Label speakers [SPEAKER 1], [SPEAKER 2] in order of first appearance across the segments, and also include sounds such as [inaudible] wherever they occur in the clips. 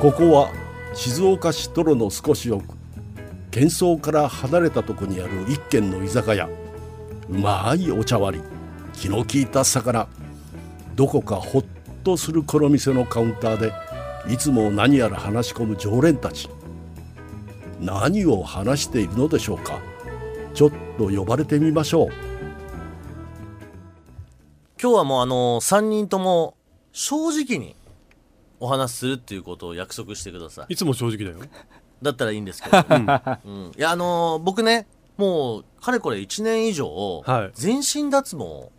[SPEAKER 1] ここは静岡市泥の少し奥喧騒から離れたとこにある一軒の居酒屋うまいお茶割り気の利いた魚どこかほっとするこの店のカウンターでいつも何やら話し込む常連たち何を話しているのでしょうかちょっと呼ばれてみましょう
[SPEAKER 2] 今日はもうあの3人とも正直にお話しするっていうことを約束してください
[SPEAKER 3] いつも正直だよ。
[SPEAKER 2] だったらいいんですけ
[SPEAKER 3] [laughs]
[SPEAKER 2] ど、うんいやあの僕ねもうかれこれ1年以上、
[SPEAKER 3] はい
[SPEAKER 2] 全身脱毛を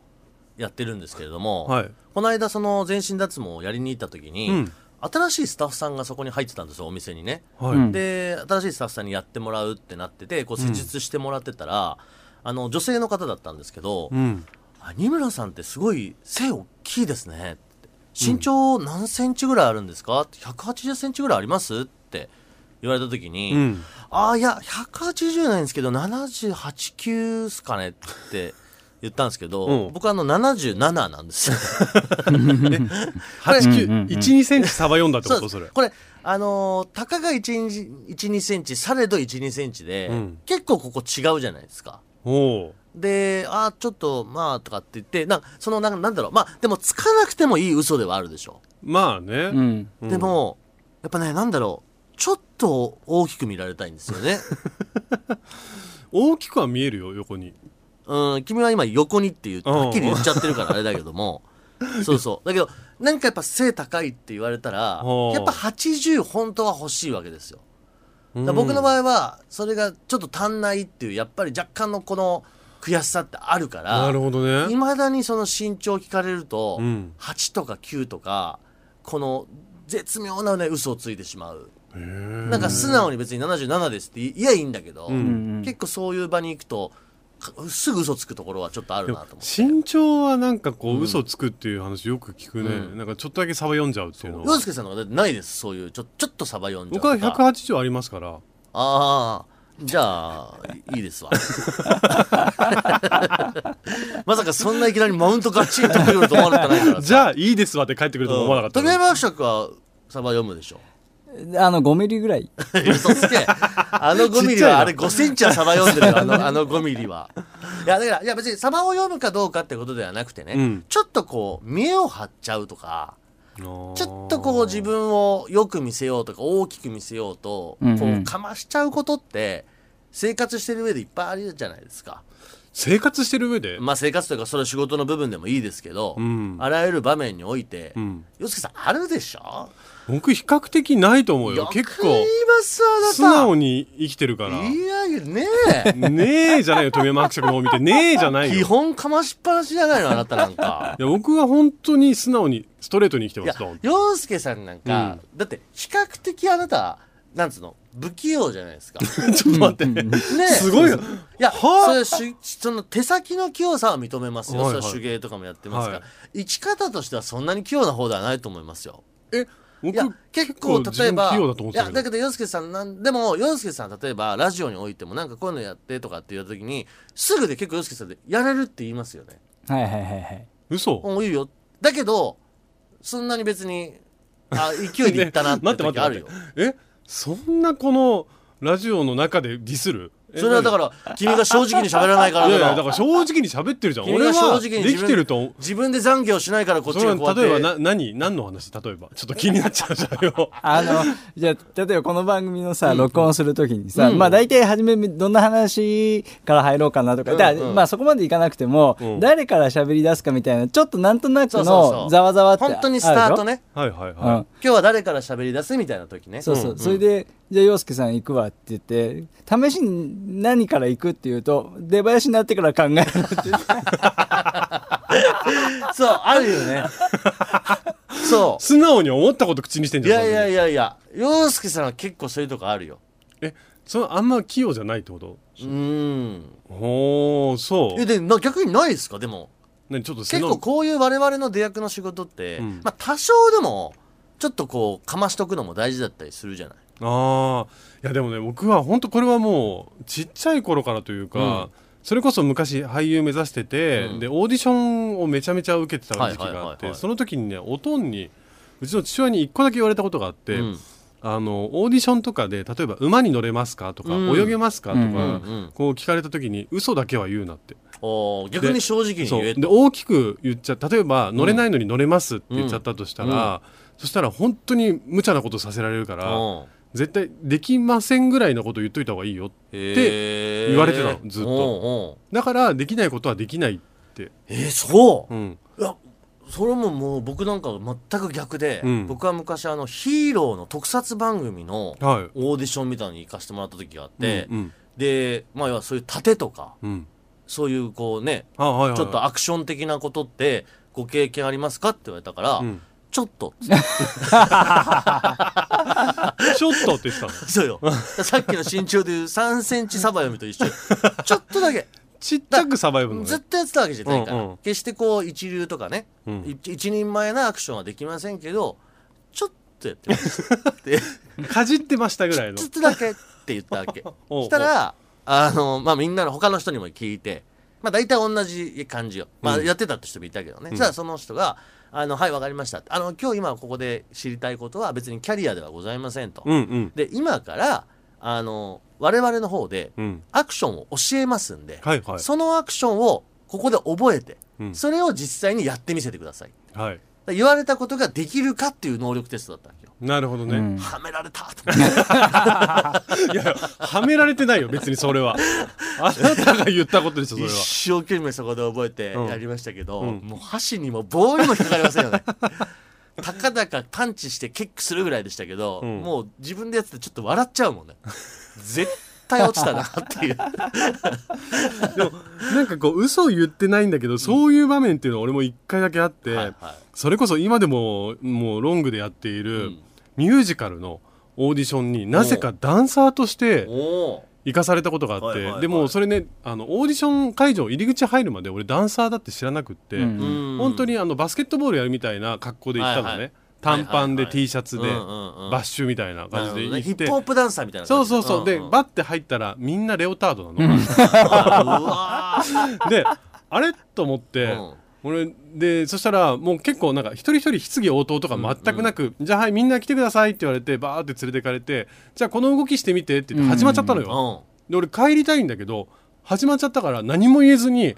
[SPEAKER 2] やってるんですけれども、
[SPEAKER 3] はい
[SPEAKER 2] この間その全身脱毛をやりに行った時に、
[SPEAKER 3] うん
[SPEAKER 2] 新しいスタッフさんがそこに入ってたんですよお店にね、
[SPEAKER 3] はい。
[SPEAKER 4] うん
[SPEAKER 2] で新しいスタッフさんにやってもらうってなっててこう施術してもらってたら、あの女性の方だったんですけど、
[SPEAKER 3] うん。
[SPEAKER 2] あ二村さんってすごい背大きいですねって身長何センチぐらいあるんですか、って180センチぐらいありますって言われた時に、
[SPEAKER 3] うん。
[SPEAKER 2] ああいや180ないんですけど789っすかねって言ったんですけど、
[SPEAKER 3] うん
[SPEAKER 2] 僕あの77なん
[SPEAKER 3] [laughs]
[SPEAKER 2] ですよ
[SPEAKER 3] 八九
[SPEAKER 4] うんうんうん
[SPEAKER 3] 一二センチサバ読んだってこ
[SPEAKER 2] うで
[SPEAKER 3] と
[SPEAKER 2] す
[SPEAKER 3] それ。
[SPEAKER 2] これあのーたかが12センチされど12センチで、
[SPEAKER 3] うん
[SPEAKER 2] 結構ここ違うじゃないですか
[SPEAKER 3] おお
[SPEAKER 2] で、あーちょっと、まあ、とかって言って、なんかその、なんかなんだろう、まあ、でも、つかなくてもいい嘘ではあるでしょ。
[SPEAKER 3] ー。まあね。
[SPEAKER 4] うん。
[SPEAKER 3] うん
[SPEAKER 2] でも、やっぱね、なんだろう、ちょっと大きく見られたいんですよ
[SPEAKER 3] [laughs]
[SPEAKER 2] ね。
[SPEAKER 3] 大きくは見えるよ横に。
[SPEAKER 2] うん、君は今、横にって言って、
[SPEAKER 3] うん
[SPEAKER 2] はっきり言っちゃってるから、あれだけど
[SPEAKER 3] [laughs]
[SPEAKER 2] も。そうそう。だけど、なんかやっぱ背高いって言われたら
[SPEAKER 3] ほ、う
[SPEAKER 2] やっぱ80本当は欲しいわけですよ。だから
[SPEAKER 3] うん
[SPEAKER 2] 僕の場合は、それがちょっと足んないっていう、やっぱり若干のこの悔しさってあるから、
[SPEAKER 3] なるほど
[SPEAKER 2] い
[SPEAKER 3] ね。
[SPEAKER 2] まだにその身長聞かれると、
[SPEAKER 3] うん
[SPEAKER 2] 8とか9とかこの絶妙なね嘘をついてしまう
[SPEAKER 3] へー
[SPEAKER 2] なんか素直に別に77ですって言えばいいんだけど、
[SPEAKER 3] うん
[SPEAKER 2] 結構そういう場に行くとかすぐ嘘つくところはちょっとある
[SPEAKER 3] で
[SPEAKER 2] な
[SPEAKER 3] も
[SPEAKER 2] と思って
[SPEAKER 3] 身長はなんかこう嘘つくっていう話よく聞く
[SPEAKER 2] う
[SPEAKER 3] ね。
[SPEAKER 2] ん
[SPEAKER 3] なんかちょっとだけサバ読んじゃうっていうの
[SPEAKER 2] 洋
[SPEAKER 3] は。
[SPEAKER 2] 介さんの方がないですそういうちょちょっとサバ読んじゃう
[SPEAKER 3] 僕
[SPEAKER 2] とか
[SPEAKER 3] は百八十ありますから。
[SPEAKER 2] ああじゃあいいです
[SPEAKER 3] [laughs]
[SPEAKER 2] わまさかそんないきなりマウントガチンとくると思われてないからさ
[SPEAKER 3] [laughs] じゃあいいですわって帰ってくるとも思わなかった
[SPEAKER 2] 富
[SPEAKER 3] の。
[SPEAKER 2] 山伯爵はサバ読むでしょ
[SPEAKER 4] あの、5ミリぐ
[SPEAKER 2] [laughs]
[SPEAKER 4] らい。
[SPEAKER 2] 嘘つけ。あの5ミ
[SPEAKER 3] ちっ
[SPEAKER 2] リ
[SPEAKER 3] ちゃい
[SPEAKER 2] は、
[SPEAKER 3] な
[SPEAKER 2] あれ5センチはサバ読んでるよ、あの、あの5ミリは。いや、だから、いや別にサバを読むかどうかってことではなくてね、
[SPEAKER 3] うん
[SPEAKER 2] ちょっとこう、見栄を張っちゃうとか、
[SPEAKER 3] あー
[SPEAKER 2] ちょっとこう自分をよく見せようとか、大きく見せようと、
[SPEAKER 4] うんうん
[SPEAKER 2] こう、かましちゃうことって、生活してる上でいっぱいあるじゃないですか。
[SPEAKER 3] 生活してる上で。
[SPEAKER 2] まあ生活というか、それは仕事の部分でもいいですけど、
[SPEAKER 3] うん
[SPEAKER 2] あらゆる場面において、
[SPEAKER 3] うん
[SPEAKER 2] 洋介さんあるでしょ
[SPEAKER 3] 僕比較的ないと思うよ。結構
[SPEAKER 2] よく言いますあなた
[SPEAKER 3] 素直に生きてるから。
[SPEAKER 2] いやいや、ねえ。
[SPEAKER 3] ねえじゃないよ、富山伯爵の方見て。ねえじゃないよ。
[SPEAKER 2] [laughs] 基本かましっぱなしじゃないのあなたなんか
[SPEAKER 3] [laughs] い。や、僕は本当に素直に、ストレートに生きて
[SPEAKER 2] い
[SPEAKER 3] ま
[SPEAKER 2] や
[SPEAKER 3] す、ドン、
[SPEAKER 2] 洋介さんなんか、だって比較的あなた、なんつうの、不器用じゃないですか。ね
[SPEAKER 3] [laughs] ちょっと待って。
[SPEAKER 2] え
[SPEAKER 3] [laughs] すごいよ。
[SPEAKER 2] いや、
[SPEAKER 3] はあ
[SPEAKER 2] それはしその手先の器用さは認めますよ。
[SPEAKER 3] はいはい
[SPEAKER 2] それは手芸とかもやってますから、
[SPEAKER 3] は
[SPEAKER 2] 生き方としてはそんなに器用な方ではないと思いますよ。
[SPEAKER 3] え、僕
[SPEAKER 2] いや、結構、例えば、
[SPEAKER 3] 自分器用だと思ってた
[SPEAKER 2] いや、
[SPEAKER 3] けど。
[SPEAKER 2] だけど、洋介さんなん、でも、洋介さん、例えば、ラジオにおいても、なんかこういうのやってとかって言った時に、すぐで結構洋介さんで、やれるって言いますよね。
[SPEAKER 4] はいはいはいはい。
[SPEAKER 3] 嘘
[SPEAKER 2] うん、いいよ。だけど、そんなに別に、あ、勢いでいったなって
[SPEAKER 3] 待って待っ
[SPEAKER 2] 時
[SPEAKER 3] て
[SPEAKER 2] あ
[SPEAKER 3] [laughs] 待
[SPEAKER 2] る
[SPEAKER 3] っ
[SPEAKER 2] よ
[SPEAKER 3] て。。え、そんなこの、ラジオの中でディスる
[SPEAKER 2] それはだ
[SPEAKER 3] か
[SPEAKER 2] から、君が正直に喋らないから
[SPEAKER 3] いや
[SPEAKER 2] だ
[SPEAKER 3] いや、だ
[SPEAKER 2] ろ。
[SPEAKER 3] から正直に喋ってるじゃん。
[SPEAKER 2] 君
[SPEAKER 3] 俺
[SPEAKER 2] が正
[SPEAKER 3] は、
[SPEAKER 2] 直
[SPEAKER 3] で
[SPEAKER 2] に自分
[SPEAKER 3] きてると思う。
[SPEAKER 2] 自分で懺悔をしないからこっち
[SPEAKER 3] それ
[SPEAKER 2] がこうや
[SPEAKER 3] は
[SPEAKER 2] って。
[SPEAKER 3] 例えばな何何の話例えばちょっと気になっちゃうじゃんよ
[SPEAKER 4] あの、じゃあ、例えばこの番組のさ、録音するときにさ、まあ大体初めどんな話から入ろうかなとか、
[SPEAKER 2] うん
[SPEAKER 4] だから
[SPEAKER 2] うん
[SPEAKER 4] まあそこまでいかなくても、
[SPEAKER 3] うん
[SPEAKER 4] 誰から喋り出すかみたいな、ちょっとなんとなく
[SPEAKER 2] そうそうそ
[SPEAKER 4] の
[SPEAKER 2] う
[SPEAKER 4] ざわざわってある
[SPEAKER 2] 本
[SPEAKER 4] でしょ。
[SPEAKER 2] 当にスタートね。
[SPEAKER 3] はいはい
[SPEAKER 4] うん。
[SPEAKER 3] は
[SPEAKER 2] 今日は誰から喋り出すみたいな時ね。
[SPEAKER 4] そうそう。それで、じゃあ洋介さん行くわって言って、試しに何から行くって言うと、出囃子になってから考えるって。
[SPEAKER 2] そう、あるよ
[SPEAKER 3] [laughs]
[SPEAKER 2] ね。そ
[SPEAKER 3] い素直に思ったこと口にしてん
[SPEAKER 2] う。い
[SPEAKER 3] じゃん
[SPEAKER 2] やいや
[SPEAKER 3] や
[SPEAKER 2] いやいや、洋介さんは結構そういうとこあるよ。
[SPEAKER 3] えそのあんま器用じゃないってこと
[SPEAKER 2] うーん。
[SPEAKER 3] おーそう
[SPEAKER 2] え、で、な逆にないですかでも。
[SPEAKER 3] ねちょっと背
[SPEAKER 2] 結
[SPEAKER 3] の
[SPEAKER 2] 構こういう我々の出役の仕事って、
[SPEAKER 3] うん
[SPEAKER 2] まあ多少でもちょっとこうかましとくのも大事だったりするじゃない
[SPEAKER 3] ああいやでもね僕は本当これはもうちっちゃい頃からというか、それこそ昔俳優目指してて、
[SPEAKER 2] うん
[SPEAKER 3] でオーディションをめちゃめちゃ受けてた時期があっ
[SPEAKER 2] はい
[SPEAKER 3] て、
[SPEAKER 2] はいはいはい
[SPEAKER 3] その時にねおとんにうちの父親に一個だけ言われたことがあって、
[SPEAKER 2] うん
[SPEAKER 3] あのオーディションとかで例えば「馬に乗れますか?」とか、
[SPEAKER 2] うん
[SPEAKER 3] 泳げますか?」とか、
[SPEAKER 4] うんうん
[SPEAKER 2] うん
[SPEAKER 3] こう聞かれた時に「嘘だけは言うな」って
[SPEAKER 2] おー逆に正直に
[SPEAKER 3] そ
[SPEAKER 2] 言え
[SPEAKER 3] う
[SPEAKER 2] と
[SPEAKER 3] で大きく言っちゃ例えば「乗れないのに乗れます」って言っちゃったとしたら、そしたら本当に無茶なことさせられるから、
[SPEAKER 2] うん
[SPEAKER 3] 絶対「できません」ぐらいのこと言っといた方がいいよ
[SPEAKER 2] へー
[SPEAKER 3] 言われてたのずっ
[SPEAKER 2] うんうん
[SPEAKER 3] とだからできないことはできないって、
[SPEAKER 2] えーそう、
[SPEAKER 3] うん、
[SPEAKER 2] いやそれももう僕なんか全く逆で、
[SPEAKER 3] うん
[SPEAKER 2] 僕は昔あのヒーローの特撮番組の
[SPEAKER 3] はい
[SPEAKER 2] オーディションみたいに行かせてもらった時があって、
[SPEAKER 3] うん
[SPEAKER 2] でまあ要はそういう盾とか
[SPEAKER 3] うんうん
[SPEAKER 2] そういうこうね
[SPEAKER 3] あはいはいはい
[SPEAKER 2] ちょっとアクション的なことってご経験ありますかって言われたから、
[SPEAKER 3] うん
[SPEAKER 2] ちょっと [laughs]
[SPEAKER 3] ちょっとって言ってたの
[SPEAKER 2] そうよさっきの身長でいう3センチサバ読みと一緒
[SPEAKER 3] [laughs]
[SPEAKER 2] よちょっとだけ
[SPEAKER 3] ちっちゃくサバイブのね
[SPEAKER 2] ずっとやってたわけじゃないから、
[SPEAKER 3] うんうん
[SPEAKER 2] 決してこう一流とかね、
[SPEAKER 3] うん
[SPEAKER 2] い一人前なアクションはできませんけどちょっとやって
[SPEAKER 3] [laughs]
[SPEAKER 2] ますって
[SPEAKER 3] かじってましたぐらいの
[SPEAKER 2] [laughs] ちょっとだけって言ったわ
[SPEAKER 3] [laughs]
[SPEAKER 2] け
[SPEAKER 3] おう
[SPEAKER 2] したらあの、まあ、みんなの他の人にも聞いて、まあ、大体同じ感じよ、まあ、やってたって人もいたけどね、じゃあその人が「あのはいわかりました」あの今日今ここで知りたいことは別にキャリアではございません」と。
[SPEAKER 3] うんうん
[SPEAKER 2] で今からあの我々の方で
[SPEAKER 3] うん
[SPEAKER 2] アクションを教えますんで、
[SPEAKER 3] はいはい
[SPEAKER 2] そのアクションをここで覚えて、
[SPEAKER 3] うん
[SPEAKER 2] それを実際にやってみせてくださいだか
[SPEAKER 3] はい
[SPEAKER 2] ら言われたことができるかっていう能力テストだったわけよ
[SPEAKER 3] なるほどね、
[SPEAKER 4] うん
[SPEAKER 2] はめられた
[SPEAKER 3] [laughs]
[SPEAKER 2] と思って
[SPEAKER 3] いやはめられてないよ別にそれはあなたが言ったことでしょそれは
[SPEAKER 2] 一生懸命そこで覚えて
[SPEAKER 3] うん
[SPEAKER 2] やりましたけど、
[SPEAKER 3] うん
[SPEAKER 2] もう箸にも棒にも引っかかりませんよね [laughs] たかだかパンチしてキックするぐらいでしたけど、
[SPEAKER 3] うん
[SPEAKER 2] もう自分でやっててちょっと笑っちゃうもんね絶対落ちたなって
[SPEAKER 3] [laughs]
[SPEAKER 2] いう
[SPEAKER 3] でもなんかこう嘘を言ってないんだけどそういう場面っていうのは俺も一回だけあって、
[SPEAKER 2] はいはい
[SPEAKER 3] それこそ今でももうロングでやっている
[SPEAKER 2] うん
[SPEAKER 3] ミュージカルのオーディションになぜかダンサーとして
[SPEAKER 2] おお
[SPEAKER 3] 行かされたことがあって、
[SPEAKER 2] はいはいはい
[SPEAKER 3] でもそれねあのオーディション会場入り口入るまで俺ダンサーだって知らなくって、
[SPEAKER 4] うん
[SPEAKER 2] ーうん
[SPEAKER 3] 本当にあのバスケットボールやるみたいな格好で行ったのね、
[SPEAKER 2] はいはい
[SPEAKER 3] 短パン
[SPEAKER 2] はいはい
[SPEAKER 3] で
[SPEAKER 2] はい
[SPEAKER 3] T シャツで、
[SPEAKER 2] うんうんうん
[SPEAKER 3] バッシュみたい
[SPEAKER 2] な
[SPEAKER 3] な
[SPEAKER 2] る
[SPEAKER 3] 感
[SPEAKER 2] ほ
[SPEAKER 3] じ
[SPEAKER 2] ど
[SPEAKER 3] で
[SPEAKER 2] ねヒ
[SPEAKER 3] 行
[SPEAKER 2] ッ
[SPEAKER 3] って、
[SPEAKER 2] プホップダンサーみたいな
[SPEAKER 3] そ
[SPEAKER 2] 感
[SPEAKER 3] う
[SPEAKER 2] じ
[SPEAKER 3] そうそう、で
[SPEAKER 2] んん
[SPEAKER 3] バッて入ったらみんなレオタードなの、
[SPEAKER 2] うわー
[SPEAKER 3] であれと思って、
[SPEAKER 2] うん
[SPEAKER 3] 俺でそしたらもう結構なんか一人一人質疑応答とか全くなく「じゃあはいみんな来てください」って言われてバーって連れてかれて「じゃあこの動きしてみて」って言って始まっちゃったのよ、
[SPEAKER 2] うん
[SPEAKER 3] で俺帰りたいんだけど始まっちゃったから何も言えずに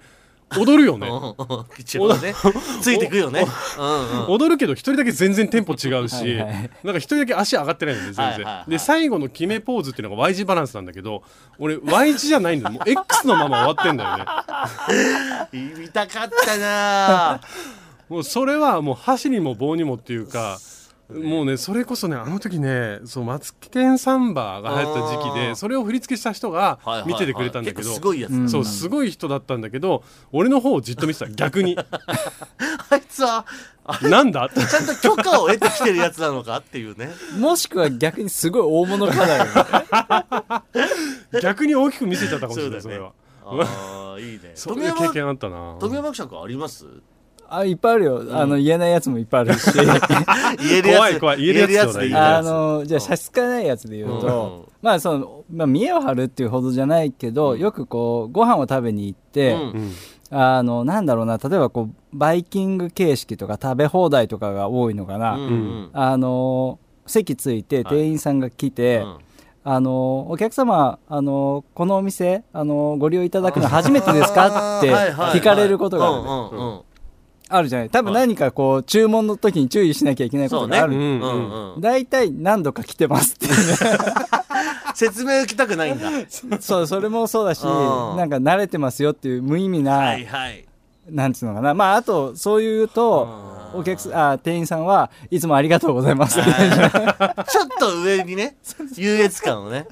[SPEAKER 3] 踊るよね
[SPEAKER 2] うんうん一応ねついてくよねうんうん
[SPEAKER 3] 踊るけど一人だけ全然テンポ違うし
[SPEAKER 4] はいはい
[SPEAKER 3] なんか一人だけ足上がってないんで全然、
[SPEAKER 2] はいはいはい
[SPEAKER 3] で最後の決めポーズっていうのが Y 字バランスなんだけど俺 Y 字じゃないんだよもう X のまま終わってんだよね
[SPEAKER 2] 見たかったなあ
[SPEAKER 3] もうそれはもう箸にも棒にもっていうかもうねそれこそねあの時ねそうマツケンサンバが流行った時期
[SPEAKER 2] あー
[SPEAKER 3] でそれを振り付けした人が
[SPEAKER 2] はいはいはい
[SPEAKER 3] 見ててくれたんだけ
[SPEAKER 2] 結
[SPEAKER 3] ど
[SPEAKER 2] 構すごいやつだ
[SPEAKER 4] うん
[SPEAKER 3] そうすごい人だったんだけど俺の方をじっと見てた逆に
[SPEAKER 2] あいつはあ
[SPEAKER 3] な
[SPEAKER 2] [laughs]
[SPEAKER 3] んだって
[SPEAKER 2] ちゃんと許可を得てきてるやつなのかっていうね
[SPEAKER 4] もしくは逆にすごい大物課題よね
[SPEAKER 3] 逆に大きく見せ [laughs] ちゃったかもしれない
[SPEAKER 2] そ
[SPEAKER 3] そう
[SPEAKER 2] だね
[SPEAKER 3] れは
[SPEAKER 2] ああいいね
[SPEAKER 3] そう
[SPEAKER 2] 富
[SPEAKER 3] いう経
[SPEAKER 2] 山
[SPEAKER 3] 験あったな
[SPEAKER 2] 富山伯爵あります
[SPEAKER 4] あいっぱいあるよあの言えないやつもいっぱいあるし
[SPEAKER 2] [laughs] 言えるやつ
[SPEAKER 3] 怖い怖い言えるやつ
[SPEAKER 2] でいい
[SPEAKER 3] ちょうだ
[SPEAKER 4] あ
[SPEAKER 2] や
[SPEAKER 3] い
[SPEAKER 4] のじゃあ差し支えないやつで言うと、
[SPEAKER 2] うん
[SPEAKER 4] まあその、まあ、見栄を張るっていうほどじゃないけど、よくこうご飯を食べに行って、
[SPEAKER 2] うん
[SPEAKER 3] うん
[SPEAKER 4] あのなんだろうな例えばこうバイキング形式とか食べ放題とかが多いのかな、
[SPEAKER 2] うんうん
[SPEAKER 4] あの席つい
[SPEAKER 2] は
[SPEAKER 4] て
[SPEAKER 2] い
[SPEAKER 4] 店員さんが来て、
[SPEAKER 2] うん
[SPEAKER 4] あのお客様あのこのお店あのご利用いただくの初めてで
[SPEAKER 2] [laughs]
[SPEAKER 4] すかって
[SPEAKER 2] はいはいはい
[SPEAKER 4] 聞かれることがあるね、
[SPEAKER 2] うんうんうん
[SPEAKER 4] あるじゃない多分何かこう注文の時に注意しなきゃいけないこ
[SPEAKER 2] そ
[SPEAKER 4] と
[SPEAKER 2] うね
[SPEAKER 4] があ
[SPEAKER 2] うん
[SPEAKER 4] る、
[SPEAKER 2] うんうん
[SPEAKER 4] 大体何度か来てますって
[SPEAKER 2] [laughs]
[SPEAKER 4] いうね
[SPEAKER 2] 説明受けたくないんだは
[SPEAKER 4] そう、それもそうだし、
[SPEAKER 2] うん
[SPEAKER 4] なんか慣れてますよっていう無意味な、
[SPEAKER 2] いはい
[SPEAKER 4] なんつうのかな。まあ、あと、そういうと、お客さん、あ、店員さんはいつもありがとうございます。
[SPEAKER 2] ちょっと上にね、優越感をね。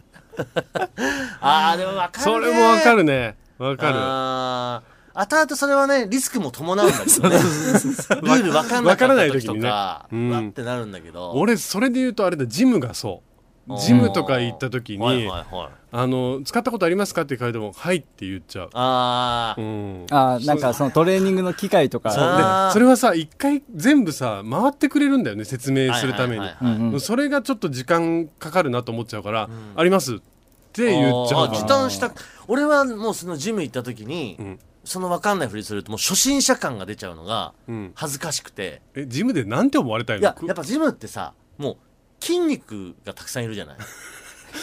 [SPEAKER 2] [laughs] ああ、でもわかるね。
[SPEAKER 3] それもわか
[SPEAKER 2] る。
[SPEAKER 3] るねわか
[SPEAKER 2] あー後々それはね、リスクも伴うんだけどね。ルールわかんなか
[SPEAKER 3] わ
[SPEAKER 2] った
[SPEAKER 3] からない
[SPEAKER 2] 時
[SPEAKER 3] 時
[SPEAKER 2] と
[SPEAKER 3] にね
[SPEAKER 2] か、
[SPEAKER 3] うん
[SPEAKER 2] うわってなるんだけ
[SPEAKER 3] る
[SPEAKER 2] ど。
[SPEAKER 3] 俺それで言うとあれだジムがそうジムとか行った時に、
[SPEAKER 2] はいはいはい。
[SPEAKER 3] あの使ったことありますかって聞かれても「はい」って言っちゃう、
[SPEAKER 2] ああ、
[SPEAKER 3] うん、
[SPEAKER 4] [laughs] あなんかそのトレーニングの機会と
[SPEAKER 2] そう
[SPEAKER 4] か。
[SPEAKER 2] ねあー
[SPEAKER 3] でそれはさ一回全部さ回ってくれるんだよね説明するために、
[SPEAKER 2] はいはいは
[SPEAKER 4] うんうん
[SPEAKER 3] それがちょっと時間かかるなと思っちゃうから「あります」って言っちゃう
[SPEAKER 2] あー時
[SPEAKER 3] か
[SPEAKER 2] 短した。俺はもうそのジム行った時に、
[SPEAKER 3] ん
[SPEAKER 2] そのわかんないふりすると、もう初心者感が出ちゃうのが
[SPEAKER 3] うん、
[SPEAKER 2] 恥ずかしくて。
[SPEAKER 3] えジムでなんて思われたい
[SPEAKER 2] いや
[SPEAKER 3] の、
[SPEAKER 2] やっぱジムってさ、もう、筋肉がたくさんいるじゃない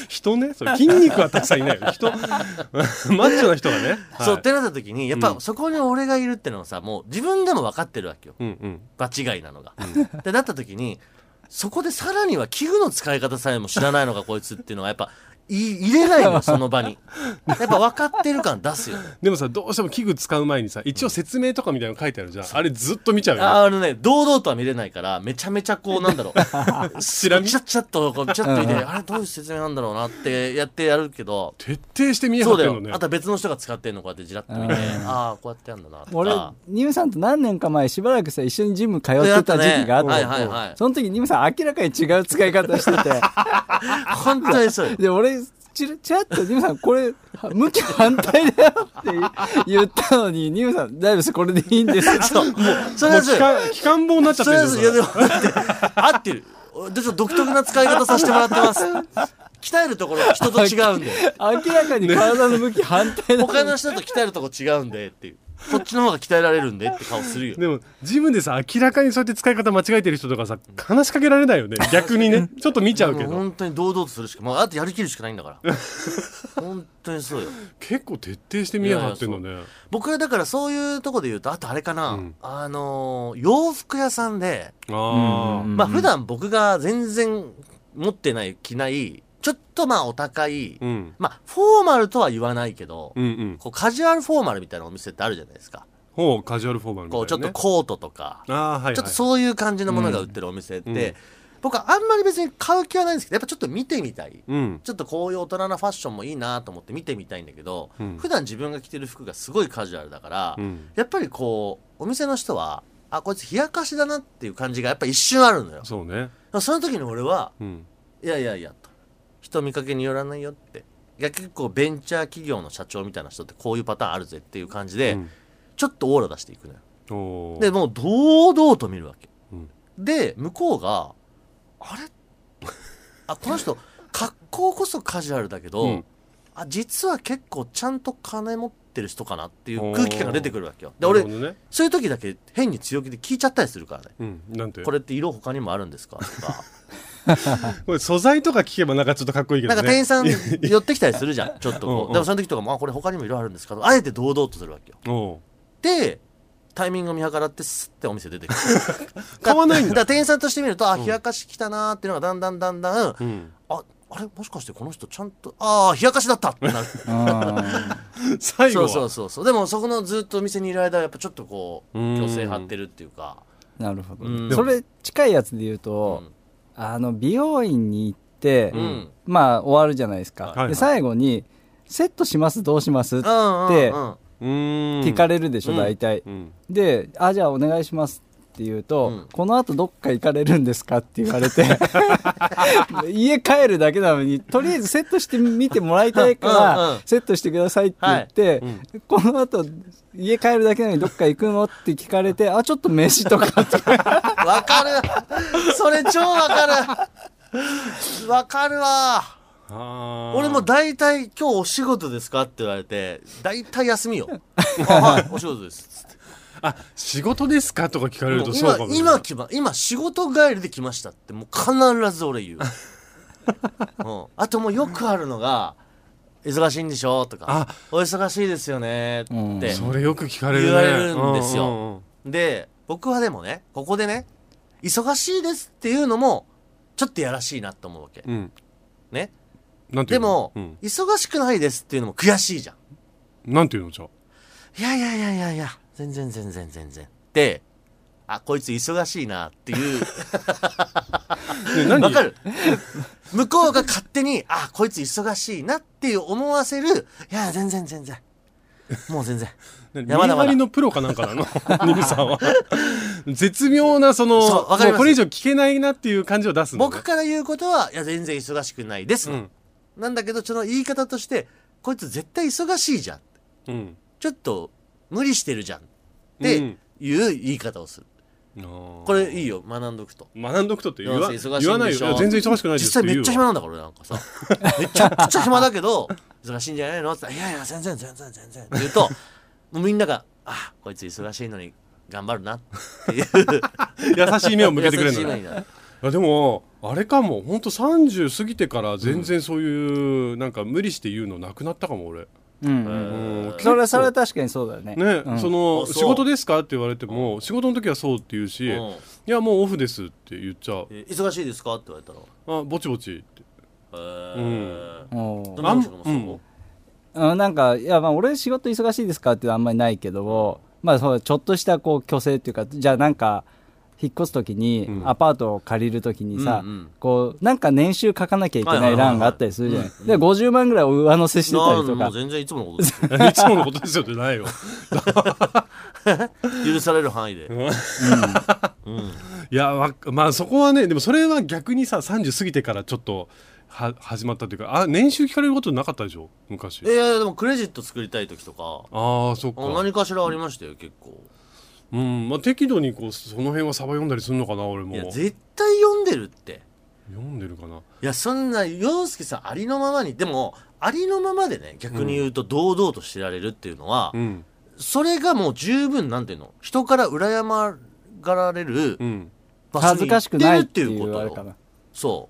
[SPEAKER 3] 人ねそれ筋肉はたくさんいな
[SPEAKER 2] [laughs]
[SPEAKER 3] いよ人 [laughs] マッチョな人がね、はい
[SPEAKER 2] そうってなった時にやっ
[SPEAKER 3] う
[SPEAKER 2] ぱ
[SPEAKER 3] ん
[SPEAKER 2] そこに俺がいるってのはさもう自分でも分かってるわけよ
[SPEAKER 3] うんうん
[SPEAKER 2] 場違いなのが。ってなった時にそこでさらには器具の使い方さえも知らないの
[SPEAKER 3] [laughs]
[SPEAKER 2] かこいつっていうのはやっぱい入れないのその場に。やっぱ分かってる感出すよね。
[SPEAKER 3] でもさどうしても器具使う前にさ一応説明とかみたいなの書いてあるじゃんあれずっと見ちゃうよね
[SPEAKER 2] ああのね堂々とは見れないからめちゃめちゃこうなんだ
[SPEAKER 3] [laughs]
[SPEAKER 2] ろう
[SPEAKER 3] しらみ
[SPEAKER 2] ちゃっちゃっとこうちゃっと見てあれどういう説明なんだろうなってやってやるけど。
[SPEAKER 3] 徹底して見え張
[SPEAKER 2] そ
[SPEAKER 3] っ
[SPEAKER 2] うだ
[SPEAKER 3] てる
[SPEAKER 2] よ
[SPEAKER 3] のね
[SPEAKER 2] あとは別の人が使ってんのこうやってじらっと見てああこうやってやんだなと
[SPEAKER 4] 俺
[SPEAKER 2] か
[SPEAKER 4] ニムさんと何年か前しばらくさ一緒にジム通ってた時期があった
[SPEAKER 2] はい
[SPEAKER 4] の
[SPEAKER 2] はいはい
[SPEAKER 4] その時ニムさん明らかに違う使い方してて
[SPEAKER 2] 本当にそうよ
[SPEAKER 4] で、俺、チラチラッと、ニムさん、これ、は向き反対だよって言ったのに、ニムさん、大丈夫です、これでいいんです。
[SPEAKER 2] [laughs] そうもうそれ
[SPEAKER 3] もう
[SPEAKER 2] はそ
[SPEAKER 3] 機
[SPEAKER 2] うよ
[SPEAKER 3] 関機関棒になっちゃっ
[SPEAKER 2] そ
[SPEAKER 3] て
[SPEAKER 2] れ
[SPEAKER 3] る
[SPEAKER 2] は
[SPEAKER 3] ん
[SPEAKER 2] そういやでも
[SPEAKER 3] だよ
[SPEAKER 2] だって合ってる俺ちょっと独特な使い方させてもらってます鍛えるところが人と違うんで
[SPEAKER 3] [laughs]
[SPEAKER 4] 明らかに体の向き反対だよ。
[SPEAKER 2] 他の人と鍛えるとこ違うんでっていうこっちの方が鍛えられるんでって顔するよ
[SPEAKER 3] [laughs] でもジムでさ明らかにそうやって使い方間違えてる人とかさ話しかけられないよ [laughs] ね逆にねちょっと見ちゃうけ
[SPEAKER 2] もう
[SPEAKER 3] ど
[SPEAKER 2] 本当に堂々とするしかもうあとやりきるしかないんだから
[SPEAKER 3] [laughs]
[SPEAKER 2] 本当にそうよ
[SPEAKER 3] 結構徹底して見え張ってるのね
[SPEAKER 2] 僕はだからそういうとこで言うとあとあれかな、
[SPEAKER 3] うん
[SPEAKER 2] あのー洋服屋さんで
[SPEAKER 3] あ
[SPEAKER 4] うん
[SPEAKER 2] まあ普段僕が全然持ってない着ないちょっとまあお高い、
[SPEAKER 3] あうん
[SPEAKER 2] まあフォーマルとは言わないけど、
[SPEAKER 3] うんうん
[SPEAKER 2] こうカジュアルフォーマルみたいなお店ってあるじゃないですか。
[SPEAKER 3] ほうカジュアルフォーマルみたい
[SPEAKER 2] こ
[SPEAKER 3] な
[SPEAKER 2] う
[SPEAKER 3] ね
[SPEAKER 2] ちょっとコートとか、
[SPEAKER 3] ああはいはい
[SPEAKER 2] ちょっとそういう感じのものが売ってるお店って、
[SPEAKER 3] うんうん
[SPEAKER 2] 僕はあんまり別に買う気はないんですけど、やっぱちょっと見てみたい。
[SPEAKER 3] うん
[SPEAKER 2] ちょっとこういう大人なファッションもいいなと思って見てみたいんだけど、
[SPEAKER 3] うん
[SPEAKER 2] 普段自分が着てる服がすごいカジュアルだから、
[SPEAKER 3] うん
[SPEAKER 2] やっぱりこう、お店の人は、あ、こいつ冷やかしだなっていう感じがやっぱ一瞬あるのよ。
[SPEAKER 3] そうね
[SPEAKER 2] その時に俺は、
[SPEAKER 3] うん
[SPEAKER 2] いやいやいやと人見かけによらないよっていや結構ベンチャー企業の社長みたいな人ってこういうパターンあるぜっていう感じで、
[SPEAKER 3] うん
[SPEAKER 2] ちょっとオーラ出していくのよ
[SPEAKER 3] おー
[SPEAKER 2] でもう堂々と見るわけ、
[SPEAKER 3] うん
[SPEAKER 2] で向こうがあれあこの
[SPEAKER 3] [laughs]
[SPEAKER 2] 人格好こそカジュアルだけど、
[SPEAKER 3] うん
[SPEAKER 2] あ実は結構ちゃんと金持ってる人かなってい
[SPEAKER 3] お
[SPEAKER 2] う
[SPEAKER 3] ー
[SPEAKER 2] 空気感が出てくるわけよで
[SPEAKER 3] なる
[SPEAKER 2] 俺
[SPEAKER 3] ほどね
[SPEAKER 2] そういう時だけ変に強気で聞いちゃったりするからね
[SPEAKER 3] うんなんて
[SPEAKER 2] これって色他にもあるんですかとか
[SPEAKER 3] これ素材とか聞けばなんかちょっとかっこいいけど
[SPEAKER 2] な
[SPEAKER 3] ね
[SPEAKER 2] んか店員さん寄ってきたりするじ
[SPEAKER 3] [laughs]
[SPEAKER 2] ゃん、ちょっとこう。
[SPEAKER 3] うんうん
[SPEAKER 2] でもその時とかも、あ、これ他にも色あるんですかとあえて堂々とするわけよ。
[SPEAKER 3] お
[SPEAKER 2] で、タイミングを見計らって、スッてお店出てくる。
[SPEAKER 3] [laughs] 買わないんだ
[SPEAKER 2] だから店員さんとして見ると、あ、冷やかし来たなーっていうのがだんだんだんだん、
[SPEAKER 3] う
[SPEAKER 2] [laughs]
[SPEAKER 3] うん
[SPEAKER 2] あ、あれもしかしてこの人ちゃんと、ああ、冷やかしだったってなる。
[SPEAKER 3] [laughs] 最後
[SPEAKER 2] そ
[SPEAKER 3] は
[SPEAKER 2] うそうそうそう。でもそこのずっとお店にいる間は、やっぱちょっとこう、
[SPEAKER 3] うん
[SPEAKER 2] 虚勢張ってるっていうか。
[SPEAKER 4] なるほど
[SPEAKER 2] う
[SPEAKER 4] ね。
[SPEAKER 2] ん
[SPEAKER 4] それ、近いやつで言うと、あの、美容院に行って
[SPEAKER 2] う、ん。
[SPEAKER 4] まあ、終わるじゃないです
[SPEAKER 2] は
[SPEAKER 4] か
[SPEAKER 3] い。はい
[SPEAKER 4] で、最後に、セットしますどうしますっ
[SPEAKER 2] う
[SPEAKER 4] て
[SPEAKER 2] ん。
[SPEAKER 4] で
[SPEAKER 2] うんうん
[SPEAKER 3] うーん
[SPEAKER 4] 聞かれるでしょ、
[SPEAKER 2] うん
[SPEAKER 4] 大体。
[SPEAKER 3] うん
[SPEAKER 4] で、あ、じゃあお願いしますって言うと、
[SPEAKER 2] うん
[SPEAKER 4] この後どっか行かれるんですかって言わ
[SPEAKER 2] [laughs]
[SPEAKER 4] れて、家帰るだけなのに、とりあえずセットしてみてもらいたいから、
[SPEAKER 2] うんうん
[SPEAKER 4] セットしてくださいって言って、
[SPEAKER 3] はい
[SPEAKER 4] この後家帰るだけなのにどっか行くのって聞かれて、あ、ちょっと飯とか
[SPEAKER 2] [laughs]
[SPEAKER 4] って
[SPEAKER 2] わかるそれ超わかるわかるわー。
[SPEAKER 3] あー
[SPEAKER 2] 俺も大体今日お仕事ですかって言われて大体休
[SPEAKER 3] [laughs]
[SPEAKER 2] みよあはいお仕事ですつって
[SPEAKER 3] あ仕事ですかとか聞かれる
[SPEAKER 2] も
[SPEAKER 3] と
[SPEAKER 2] う
[SPEAKER 3] そう
[SPEAKER 2] 今
[SPEAKER 3] かもしれな
[SPEAKER 2] 今
[SPEAKER 3] い
[SPEAKER 2] 来ま今仕事帰りで来ましたってもう必ず俺
[SPEAKER 3] [laughs]
[SPEAKER 2] 言う、うん、あともうよくあるのが「忙しいんでしょ?」とか
[SPEAKER 3] あ
[SPEAKER 2] 「お忙しいですよね」って、
[SPEAKER 4] うん
[SPEAKER 3] それよく聞かれるね
[SPEAKER 2] 言われるんですよ
[SPEAKER 3] ううんうん
[SPEAKER 2] で僕はでもねここでね「忙しいです」っていうのもちょっとやらしいなと思うわけ、
[SPEAKER 3] うん
[SPEAKER 2] ね
[SPEAKER 3] なんて
[SPEAKER 2] で
[SPEAKER 3] いうの
[SPEAKER 2] も、
[SPEAKER 3] うん
[SPEAKER 2] 忙しくないです」っていうのも悔しいじゃん
[SPEAKER 3] なんていうのじゃあ
[SPEAKER 2] いやいやいやいやいや、全然全然全然。で、あ、こいつ忙しいなっていう、
[SPEAKER 3] ね [laughs] 何
[SPEAKER 2] わかる向こうが勝手に、あ、こいつ忙しいなっていう思わせる、いや、全然全然。もう全
[SPEAKER 3] [laughs]
[SPEAKER 2] 然。
[SPEAKER 3] 何
[SPEAKER 2] 山田
[SPEAKER 3] 見張りのプロかなんかなの [laughs] ニムさん
[SPEAKER 2] [laughs]
[SPEAKER 3] は絶妙なその
[SPEAKER 2] そうわかります
[SPEAKER 3] もうこれ以上聞けないなっていう感じを出すんだね
[SPEAKER 2] 僕から言うことは、いや、全然忙しくないです。
[SPEAKER 3] うん
[SPEAKER 2] なんだけど、その言い方として、こいつ絶対忙しいじゃん。
[SPEAKER 3] うん
[SPEAKER 2] ちょっと、無理してるじゃん。っていう言い方をする。こ
[SPEAKER 3] こ
[SPEAKER 2] れいいよ、学んどくと。
[SPEAKER 3] 学んどくとって言わ
[SPEAKER 2] いや忙しいんでしょ
[SPEAKER 3] 言わないよいや全然忙しくないです
[SPEAKER 2] 実際
[SPEAKER 3] って
[SPEAKER 2] めっ
[SPEAKER 3] 言う
[SPEAKER 2] ちゃ暇なんだから俺なんか
[SPEAKER 3] [laughs]
[SPEAKER 2] さめちゃくちゃ暇だけど忙しいんじゃないのって言ったら「いやいや全然全然全然」って言うと
[SPEAKER 3] [laughs]
[SPEAKER 2] もうみんなが「あこいつ忙しいのに頑張るな」っていう
[SPEAKER 3] わ優しい目を向けてくれ
[SPEAKER 2] 優し
[SPEAKER 3] る
[SPEAKER 2] い [laughs]
[SPEAKER 3] の
[SPEAKER 2] 目に
[SPEAKER 3] ね
[SPEAKER 2] なる
[SPEAKER 3] あでもあれかも本当30過ぎてから全然そういう、なんか無理して言うのなくなったかも俺、
[SPEAKER 4] うんうん
[SPEAKER 3] うん
[SPEAKER 4] それそれは確かにそうだね
[SPEAKER 3] ね、
[SPEAKER 4] うん
[SPEAKER 3] その
[SPEAKER 2] あそう
[SPEAKER 3] 仕事ですかって言われても、仕事の時はそうって言うし、
[SPEAKER 2] うん
[SPEAKER 3] いやもうオフですって言っちゃう
[SPEAKER 2] え忙しいですかって言われたら
[SPEAKER 3] あぼちぼちって [laughs]
[SPEAKER 2] えー
[SPEAKER 4] おう
[SPEAKER 2] どの仕事もそう
[SPEAKER 3] あんうん
[SPEAKER 4] うんなんかいやまあ俺仕事忙しいですかってあんまりないけどまあそうちょっとしたこう虚勢っていうかじゃあなんか引っ越す時に
[SPEAKER 3] うん
[SPEAKER 4] アパートを借りる時にさ、
[SPEAKER 2] うんうん
[SPEAKER 4] こうなんか年収書かなきゃいけない欄があったりするじゃない,、で50万ぐらいを上乗せしてた
[SPEAKER 2] な
[SPEAKER 4] り
[SPEAKER 2] んで
[SPEAKER 4] と
[SPEAKER 2] もう
[SPEAKER 4] か
[SPEAKER 2] 全然いつものことですよ
[SPEAKER 3] いつものことですよじゃないよ
[SPEAKER 2] [laughs] 許される範囲で
[SPEAKER 3] いやわまあそこはねでもそれは逆にさ30過ぎてからちょっとは始まったというかあ年収聞かれることなかったでしょ昔
[SPEAKER 2] いやいやでもクレジット作りたい時とか
[SPEAKER 3] ああそっ
[SPEAKER 2] あ
[SPEAKER 3] か
[SPEAKER 2] 何かしらありましたよ結構
[SPEAKER 3] うんまあ適度にこうその辺はサバ読んだりするのかな俺も
[SPEAKER 2] いや絶対読んでるって
[SPEAKER 3] 読んでるかない
[SPEAKER 2] やそんな洋介さんありのままにでもありのままでね逆に言うと堂々としてられるっていうのは、
[SPEAKER 3] うん
[SPEAKER 2] それがもう十分なんていうの人から羨まがられる
[SPEAKER 3] うん
[SPEAKER 2] 場所
[SPEAKER 4] 恥ず
[SPEAKER 2] に行
[SPEAKER 4] か
[SPEAKER 2] っ
[SPEAKER 4] しくない
[SPEAKER 2] てる
[SPEAKER 4] っ
[SPEAKER 2] っていう
[SPEAKER 4] てい
[SPEAKER 2] こ
[SPEAKER 4] う
[SPEAKER 2] と
[SPEAKER 4] あれか
[SPEAKER 2] よ
[SPEAKER 4] な
[SPEAKER 2] そ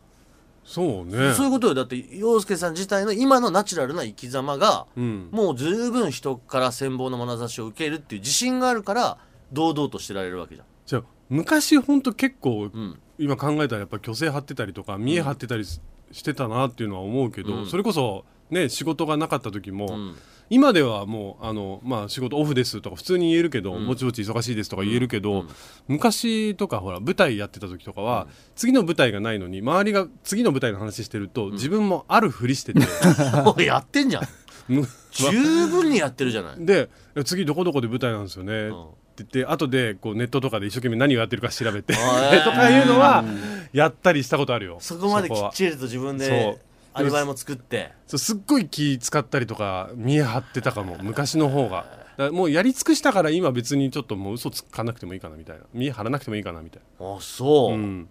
[SPEAKER 3] そう
[SPEAKER 2] う、
[SPEAKER 3] ね
[SPEAKER 2] そういうことよだって洋介さん自体の今のナチュラルな生き様が
[SPEAKER 3] うん
[SPEAKER 2] もう十分人から羨望の眼差しを受けるっていう自信があるから堂々としてられるわけじゃん
[SPEAKER 3] じゃあ昔ほんと結構、
[SPEAKER 2] ん
[SPEAKER 3] 今考えたらやっぱ虚勢張ってたりとか見え張ってたりし,、てたなっていうのは思うけど、
[SPEAKER 2] うん
[SPEAKER 3] それこそね仕事がなかった時も、
[SPEAKER 2] ん
[SPEAKER 3] 今ではもうあの、まあ、仕事オフですとか普通に言えるけど、ぼちぼち忙しいですとか言えるけど、昔とかほら舞台やってた時とかは、次の舞台がないのに周りが次の舞台の話してると、自分もあるふ
[SPEAKER 2] [laughs]
[SPEAKER 3] りしてて
[SPEAKER 2] もうやってんじゃん
[SPEAKER 3] む
[SPEAKER 2] 十分にやってるじゃない
[SPEAKER 3] でいや次どこどこで舞台なんですよね、
[SPEAKER 2] ん
[SPEAKER 3] って言って後でこうネットとかで一生懸命何をやってるか調べて
[SPEAKER 2] [laughs]
[SPEAKER 3] [laughs] と
[SPEAKER 2] あー
[SPEAKER 3] かいうのはやったりしたことあるよ
[SPEAKER 2] そこまできっ
[SPEAKER 3] は
[SPEAKER 2] ちりと自分
[SPEAKER 3] そう
[SPEAKER 2] でアリバイも作って
[SPEAKER 3] そうすっごい気使ったりとか見え張ってたかも昔の方がだからもうやり尽くしたから今別にちょっともう嘘つかなくてもいいかなみたいな見え張らなくてもいいかなみたい
[SPEAKER 2] あそう、
[SPEAKER 3] なうん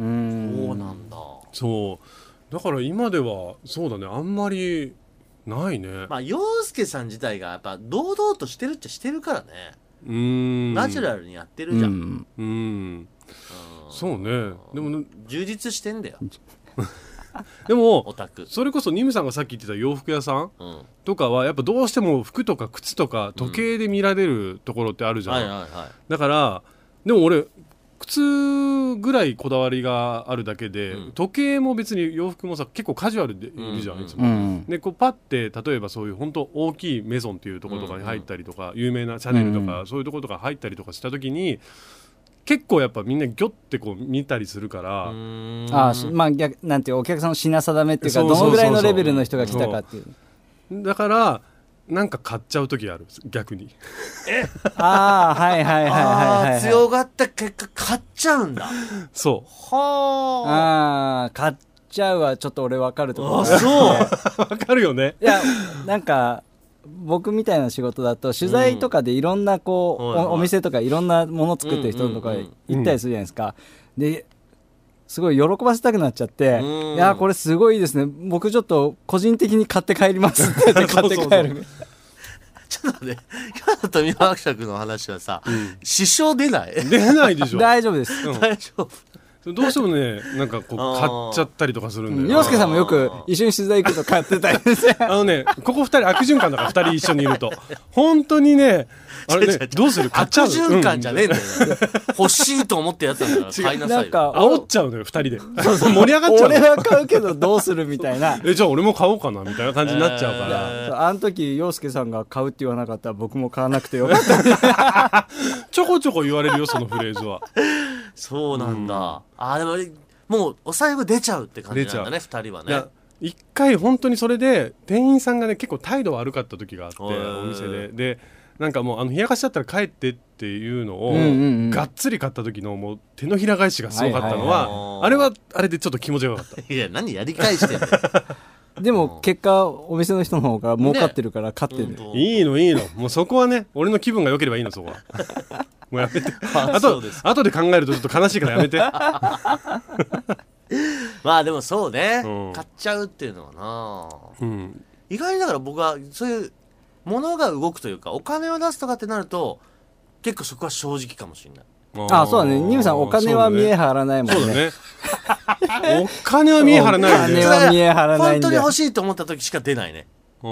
[SPEAKER 4] うん
[SPEAKER 2] そうなんだ
[SPEAKER 3] そうだから今ではそうだねあんまりないね、
[SPEAKER 2] まあ洋介さん自体がやっぱ堂々としてるっちゃしてるからね、
[SPEAKER 3] うーん
[SPEAKER 2] ナチュラルにやってるじゃん、
[SPEAKER 4] うん
[SPEAKER 3] うんそうねでも
[SPEAKER 2] 充実してんだよ
[SPEAKER 3] でも
[SPEAKER 2] オタク
[SPEAKER 3] それこそニムさんがさっき言ってた洋服屋さん
[SPEAKER 2] うんは
[SPEAKER 3] とかはやっぱどうしても服とか靴とか時計で見られるところってある
[SPEAKER 2] い
[SPEAKER 3] じゃん、
[SPEAKER 2] はい [laughs] は
[SPEAKER 3] だからでも俺靴ぐらいこだわりがあるだけで、
[SPEAKER 2] うん
[SPEAKER 3] 時計も別に洋服もさ結構カジュアルでいるじゃん、
[SPEAKER 2] うんうん
[SPEAKER 3] いつ
[SPEAKER 4] う
[SPEAKER 3] も。
[SPEAKER 4] ん
[SPEAKER 3] でこうパッて例えばそういう本当大きいメゾンっていうところとかに入ったりとか、有名なシャネルとか、
[SPEAKER 4] う
[SPEAKER 3] そういうところとか入ったりとかした時に結構やっぱみんなギョってこう見たりするから、
[SPEAKER 2] いうーん
[SPEAKER 4] ああしまあ逆なんていうお客さんの品定めっていうか
[SPEAKER 3] そう
[SPEAKER 4] ど
[SPEAKER 3] そうそうそう
[SPEAKER 4] のぐらいのレベルの人が来たかっていう
[SPEAKER 3] だからなんか買っちゃう時ある逆に。 [laughs]
[SPEAKER 4] ああはいはいはいはいはい、
[SPEAKER 2] あ
[SPEAKER 4] は
[SPEAKER 2] あ
[SPEAKER 4] い、
[SPEAKER 2] 強がった結果買っちゃうんだ
[SPEAKER 3] そ
[SPEAKER 2] はあ
[SPEAKER 4] ああ買っちゃうはちょっと俺わかるとこ
[SPEAKER 2] あそう
[SPEAKER 3] うわかるよね。
[SPEAKER 4] いや、なんか、僕みたいな仕事だと、取材とかでいろんな、こう、
[SPEAKER 2] うんはいはい
[SPEAKER 4] おお店とかいろんなもの作ってる人とか
[SPEAKER 2] うんうんうん
[SPEAKER 4] 行ったりするじゃないですか。で、すごい喜ばせたくなっちゃって
[SPEAKER 2] うん、
[SPEAKER 4] いや、これすごいですね。僕ちょっと個人的に買って帰りますって言って買って帰
[SPEAKER 3] そうそうそ
[SPEAKER 4] る。
[SPEAKER 2] ちょっと待って今の富山伯爵の話はさ、支障出ない
[SPEAKER 3] 出ないでし
[SPEAKER 4] [laughs]
[SPEAKER 3] ょ。
[SPEAKER 4] 大丈夫です。
[SPEAKER 2] [laughs] 大丈夫
[SPEAKER 3] どうしてもねなんかこう
[SPEAKER 2] あ
[SPEAKER 3] 買
[SPEAKER 2] ー
[SPEAKER 3] っちゃったりとかするんだよね。
[SPEAKER 4] 洋介さんもよく一緒に取材行くと買ってたりですね
[SPEAKER 3] あのね、ここ二人悪循環だから二人一緒にいると。本当にね、あれ
[SPEAKER 2] 違う違
[SPEAKER 3] ね、
[SPEAKER 2] う
[SPEAKER 3] どうする買っ
[SPEAKER 2] 悪
[SPEAKER 3] ちゃう
[SPEAKER 2] 循環じゃねえん
[SPEAKER 3] うん
[SPEAKER 2] だよ、欲しいと思ってやつなんだから買いなさ
[SPEAKER 4] ないん
[SPEAKER 2] よ
[SPEAKER 4] か、
[SPEAKER 3] 煽っちゃうのよ、二人で。盛り上がっちゃう
[SPEAKER 4] 俺
[SPEAKER 3] の。
[SPEAKER 4] は買うけどどうするみたいな。
[SPEAKER 3] え、じゃあ俺も買おうかな、みたいな感じになっちゃうから。
[SPEAKER 2] え
[SPEAKER 4] そうあの時、洋介さんが買うって言わなかったら僕も買わなくてよかった。
[SPEAKER 3] ちょこちょこ言われるよ、そのフレーズは。
[SPEAKER 2] そうなんだ、ああでももうお財布出ちゃうって感じなんだね二人はいね
[SPEAKER 3] や一回本当にそれで店員さんがね結構態度悪かった時があって
[SPEAKER 2] へ
[SPEAKER 3] お
[SPEAKER 2] ー
[SPEAKER 3] 店ででなんかもうあの冷やかしだったら帰ってっていうのを、
[SPEAKER 4] うんうんうん
[SPEAKER 3] がっつり買った時のもう手のひら返しがすごかったの
[SPEAKER 2] はい
[SPEAKER 3] は,、
[SPEAKER 2] はいはい
[SPEAKER 3] あれはあれでちょっと気持ちがよかった
[SPEAKER 2] いや何やり返してんだよ
[SPEAKER 4] でも結果お店の人の方が儲かってるから勝ってる、
[SPEAKER 2] 本当
[SPEAKER 3] いいのいいのもうそこはね俺の気分が良ければいいのそこは
[SPEAKER 2] [laughs]
[SPEAKER 3] もうやめて
[SPEAKER 2] あ
[SPEAKER 3] あ
[SPEAKER 2] そう
[SPEAKER 3] と
[SPEAKER 2] です
[SPEAKER 3] 後で考えるとちょっと悲しいからやめ
[SPEAKER 2] [laughs]
[SPEAKER 3] て
[SPEAKER 2] まあでもそうね、
[SPEAKER 3] うん
[SPEAKER 2] 買っちゃうっていうのはな
[SPEAKER 3] うん
[SPEAKER 2] 意外にだから僕はそういうものが動くというかお金を出すとかってなると結構そこは正直かもしれない
[SPEAKER 4] あそうだねニムさんお金は見え張らないもん
[SPEAKER 3] そう
[SPEAKER 4] ね
[SPEAKER 3] だね。お金は見え張らない
[SPEAKER 4] お
[SPEAKER 3] ね
[SPEAKER 4] 金。は見え張らない
[SPEAKER 2] 本
[SPEAKER 4] んだよ
[SPEAKER 2] 当に欲しいと思った時しか出ないね、
[SPEAKER 3] うん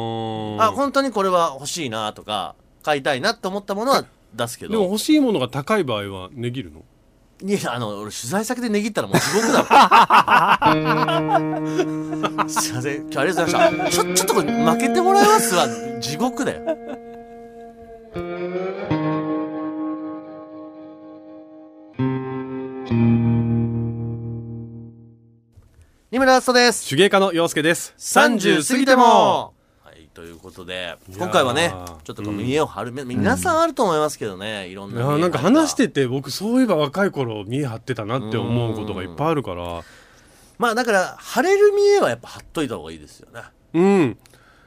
[SPEAKER 2] あ本当にこれは欲しいなとか買いたいなと思ったものは出すけ
[SPEAKER 3] でも
[SPEAKER 2] ど
[SPEAKER 3] 欲しいものが高い場合は値切るの
[SPEAKER 2] いやあの俺取材先で値切ったらもう地獄だもんすいません今日ありがとうございましたちょちょっとこれ負けてもらいますわ地獄だよ二村ラストです
[SPEAKER 3] 手芸家の洋介です。
[SPEAKER 2] 30過ぎてもはい、ということで、今回はね、ちょっとこの家を張る、み皆さんあると思いますけどね、いろん
[SPEAKER 3] い
[SPEAKER 2] な。
[SPEAKER 3] やーなんか話し。てて僕そういえば若い頃見え張ってたなって思うことがいっぱいあるから
[SPEAKER 2] まあだから、張れる見栄はやっぱ張っといた方がいいですよね。
[SPEAKER 3] うん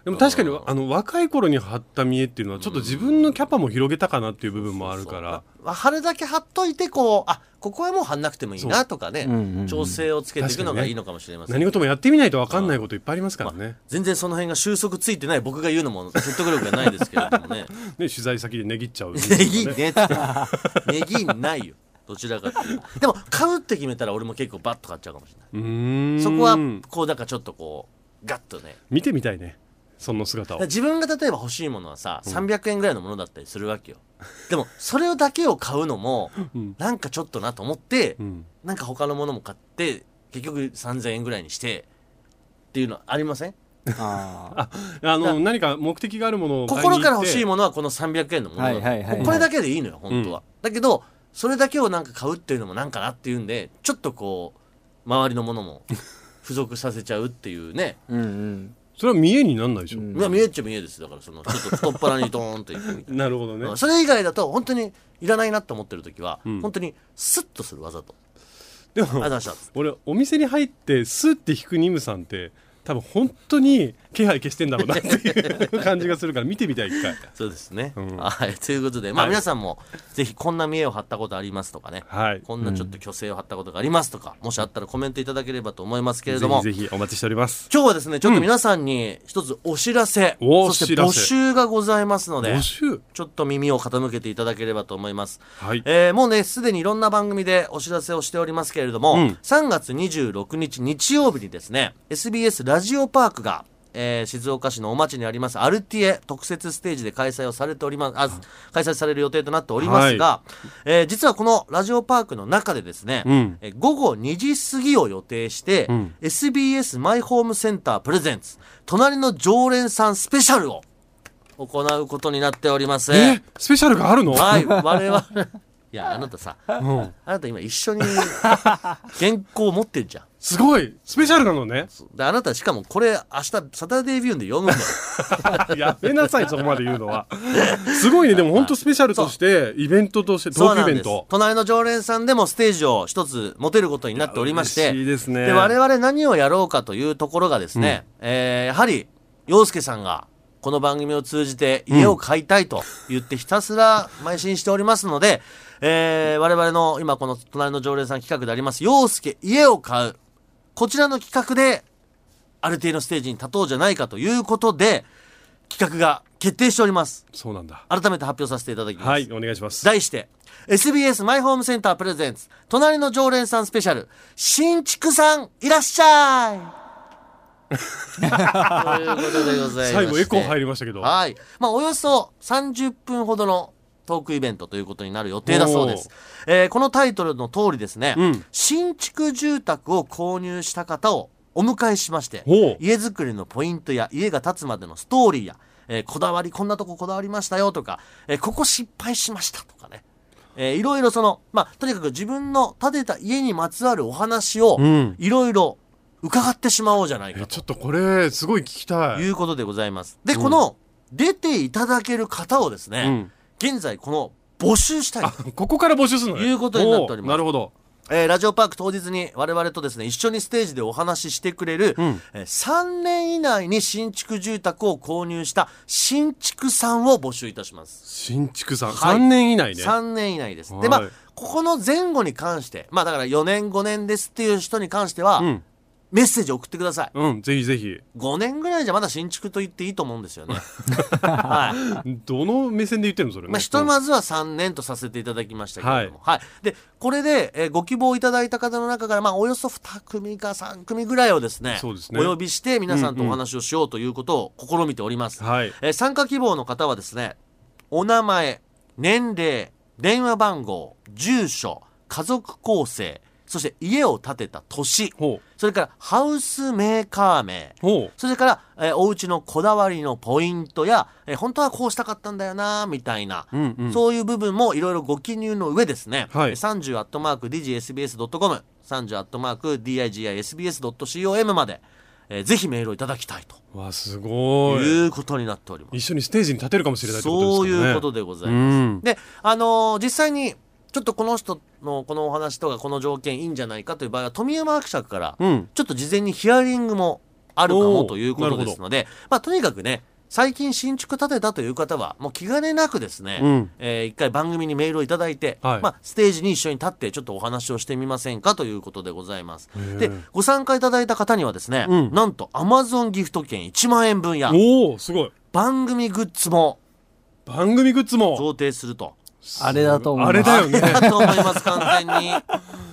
[SPEAKER 3] でも確かにあの若い頃に張った見えっていうのはちょっと自分のキャパも広げたかなっていう部分もあるから
[SPEAKER 2] そうまあ張るだけ張っといて、こう、あ、ここはもう張んなくてもいいなとかね
[SPEAKER 4] そううんうんう、ん
[SPEAKER 2] 調整をつけていくのがいいのかもしれません
[SPEAKER 3] 何
[SPEAKER 2] ね。
[SPEAKER 3] 事もやってみないと分かんないこといっぱいありますからね
[SPEAKER 2] 全然その辺が収束ついてない僕が言うのも説得力がないですけれども
[SPEAKER 4] [laughs]
[SPEAKER 2] ね。
[SPEAKER 3] ね取材先で値切っちゃう
[SPEAKER 2] ネギ [laughs] ねっつって。ネギないよ。どちらかっていうとでも、買うって決めたら俺も結構バッと買っちゃうかもしれない。
[SPEAKER 3] うーん
[SPEAKER 2] そこはこうだからちょっとこうガッとね
[SPEAKER 3] 見てみたいねその姿
[SPEAKER 2] だ
[SPEAKER 3] を
[SPEAKER 2] から自分が例えば欲しいものはさ300円ぐらいのものだったりするわけよでもそれだけを買うのも
[SPEAKER 3] うん
[SPEAKER 2] なんかちょっとなと思って
[SPEAKER 3] うん
[SPEAKER 2] なんか他のものも買って結局3000円ぐらいにしてっていうのはありません
[SPEAKER 4] あー
[SPEAKER 3] ああの何か目的があるものを買いに行っ
[SPEAKER 2] 心
[SPEAKER 3] て
[SPEAKER 2] から欲しいものはこの300円のものだ、
[SPEAKER 4] はいはいはい
[SPEAKER 2] もうこれだけでいいのよ本当は、だけどそれだけをなんか買うっていうのもなんかなっていうんでちょっとこう周りのもの
[SPEAKER 4] [laughs]
[SPEAKER 2] も付属させちゃうっていうね
[SPEAKER 4] うんうん
[SPEAKER 3] それは見えになんないでしょ
[SPEAKER 4] うん
[SPEAKER 2] いや見えっちゃ見えですだからそのちょっと太っ腹にドーンといくみたい
[SPEAKER 3] なるほどね
[SPEAKER 2] なそれ以外だと本当にいらないなと思ってる時は、
[SPEAKER 3] ん
[SPEAKER 2] 本当にスッとするわざと
[SPEAKER 3] で
[SPEAKER 2] あ
[SPEAKER 3] も
[SPEAKER 2] りがとうございました
[SPEAKER 3] 俺お店に入ってスッて引くニムさんって多分本当に気配消してんだろうなっていう感じがするから見てみたい一回
[SPEAKER 2] そうですね、
[SPEAKER 3] ん
[SPEAKER 2] はい [laughs] ということでまあ
[SPEAKER 3] はい
[SPEAKER 2] 皆さんもぜひこんな見栄を張ったことありますとかね、
[SPEAKER 3] はい
[SPEAKER 2] こんなちょっと虚勢を張ったことがありますとか、もしあったらコメントいただければと思いますけれども
[SPEAKER 3] ぜひぜひお待ちしております
[SPEAKER 2] 今日はですねちょっと皆さんに一つお知らせ、
[SPEAKER 3] お
[SPEAKER 2] そして
[SPEAKER 3] 知ら
[SPEAKER 2] 募
[SPEAKER 3] せ
[SPEAKER 2] 集がございますので
[SPEAKER 3] 募集
[SPEAKER 2] ちょっと耳を傾けていただければと思います。
[SPEAKER 3] はい
[SPEAKER 2] えーもうね、すでにいろんな番組でお知らせをしておりますけれども、
[SPEAKER 3] うん
[SPEAKER 2] 3月26日日曜日にですね、SBS ラジオパークが、えー静岡市のお町にありますアルティエ特設ステージで開催をされております、あ開催される予定となっておりますが、えー実はこのラジオパークの中でですね、
[SPEAKER 3] うん
[SPEAKER 2] えー午後2時過ぎを予定して、
[SPEAKER 3] うん
[SPEAKER 2] SBS マイホームセンタープレゼンツ、隣の常連さんスペシャルを行うことになっております。
[SPEAKER 3] えースペシャルがあるの、
[SPEAKER 2] はい、我々。いや、あなたさ、あ
[SPEAKER 3] うん、
[SPEAKER 2] なた今一緒に原稿持ってんじゃん。
[SPEAKER 3] すごいスペシャルなのね
[SPEAKER 2] で、あなたしかもこれ明日サタデービューンで読むんだよ。
[SPEAKER 3] やめなさいそこまで言うのはすごいねでも本当スペシャルとしてイベントとしてト
[SPEAKER 2] そう
[SPEAKER 3] ー
[SPEAKER 2] な
[SPEAKER 3] ク
[SPEAKER 2] ん
[SPEAKER 3] イベ
[SPEAKER 2] です
[SPEAKER 3] ント。
[SPEAKER 2] 隣の常連さんでもステージを一つ持てることになっておりまして。
[SPEAKER 3] いや嬉しいですね
[SPEAKER 2] で、我々何をやろうかというところがですね、えーやはり、洋介さんが、この番組を通じて家を買いたいと言ってひたすら邁進しておりますので、えー我々の今この隣の常連さん企画であります、洋介家を買う。こちらの企画で、ある程度のステージに立とうじゃないかということで、企画が決定しております。
[SPEAKER 3] そうなんだ
[SPEAKER 2] 改めて発表させていただきます。
[SPEAKER 3] はいお願いします
[SPEAKER 2] 題して、SBS マイホームセンタープレゼンツ、隣の常連さんスペシャル、新築さんいらっしゃい [laughs] ということでございま
[SPEAKER 3] 最後エコー入
[SPEAKER 2] り
[SPEAKER 3] りましたけど
[SPEAKER 2] はい。まあ、およそ30分ほどのトークイベントということになる予定だそうです。えーこのタイトルの通りですね、
[SPEAKER 3] うん
[SPEAKER 2] 新築住宅を購入した方をお迎えしまして、
[SPEAKER 3] ほう
[SPEAKER 2] 家づくりのポイントや家が建つまでのストーリーや、えーこだわりこんなとここだわりましたよとか、えーここ失敗しましたとかね、えーいろいろその、まあ、とにかく自分の建てた家にまつわるお話を
[SPEAKER 3] うん
[SPEAKER 2] いろいろ伺ってしまおうじゃない
[SPEAKER 3] え
[SPEAKER 2] か
[SPEAKER 3] ちょっとこれすごい聞きた
[SPEAKER 2] と
[SPEAKER 3] い
[SPEAKER 2] いうことでございます。で、この出ていただける方をですね、現在この募集したい
[SPEAKER 3] あここから募集するのね
[SPEAKER 2] いうことになっております
[SPEAKER 3] おーなるほど
[SPEAKER 2] えーラジオパーク当日に我々とですね、一緒にステージでお話ししてくれる、
[SPEAKER 3] ん
[SPEAKER 2] えー3年以内に新築住宅を購入した新築さんを募集いたします。
[SPEAKER 3] 新築さん、
[SPEAKER 2] はい
[SPEAKER 3] 3年以内ね
[SPEAKER 2] 3年以内です。
[SPEAKER 3] はい
[SPEAKER 2] で、まあ、ここの前後に関して、まあだから4年5年ですっていう人に関しては、
[SPEAKER 3] うん
[SPEAKER 2] メッセージ送ってください
[SPEAKER 3] うん、ぜひぜひ。
[SPEAKER 2] 5年ぐらいじゃまだ新築と言っていいと思うんです
[SPEAKER 3] [laughs]
[SPEAKER 2] よねはい
[SPEAKER 3] どの目線で言ってるのそれ、
[SPEAKER 2] まあ、ひとまずは3年とさせていただきましたけれども、はいでこれで、えーご希望いただいた方の中から、まあ、およそ2組か3組ぐらいをですね
[SPEAKER 3] そうですね
[SPEAKER 2] お呼びして皆さんとお話をしようということを試みております、
[SPEAKER 3] はい。
[SPEAKER 2] えー参加希望の方はですねお名前年齢電話番号住所家族構成そして家を建てた年
[SPEAKER 3] ほう。
[SPEAKER 2] それからハウスメーカー名
[SPEAKER 3] ほう。
[SPEAKER 2] それから、えーお家のこだわりのポイントや、えー本当はこうしたかったんだよなみたいな、
[SPEAKER 3] うんうん。
[SPEAKER 2] そういう部分もいろいろご記入の上ですね、
[SPEAKER 3] はい
[SPEAKER 2] 30アットマーク digsbs.com、30アットマーク digisbs.com まで、えーぜひメールをいただきたいと
[SPEAKER 3] わ、すごい。
[SPEAKER 2] いうことになっております。
[SPEAKER 3] 一緒にステージに立てるかもしれないってこと
[SPEAKER 2] そう
[SPEAKER 3] ですからね。
[SPEAKER 2] いうことでございます。
[SPEAKER 3] うん。
[SPEAKER 2] で、あのー実際に、ちょっとこの人のこのお話とかこの条件いいんじゃないかという場合は、富山伯爵から、
[SPEAKER 3] うん。
[SPEAKER 2] ちょっと事前にヒアリングもあるか
[SPEAKER 3] お
[SPEAKER 2] も
[SPEAKER 3] ー
[SPEAKER 2] ということですので、まあ、とにかくね、最近新築建てたという方は、もう気兼ねなくですね、
[SPEAKER 3] うん
[SPEAKER 2] えー一回番組にメールをいただいて、
[SPEAKER 3] はい
[SPEAKER 2] まあ、ステージに一緒に立ってちょっとお話をしてみませんかということでございます
[SPEAKER 3] ー。
[SPEAKER 2] で、ご参加いただいた方にはですね、
[SPEAKER 3] うん
[SPEAKER 2] なんと Amazon ギフト券1万円分や
[SPEAKER 3] おおすごい。
[SPEAKER 2] 番組グッズも
[SPEAKER 3] 番組グッズも。
[SPEAKER 2] 贈呈すると。
[SPEAKER 4] あれだと思います
[SPEAKER 3] あれだよね。
[SPEAKER 2] だと思います、完全に。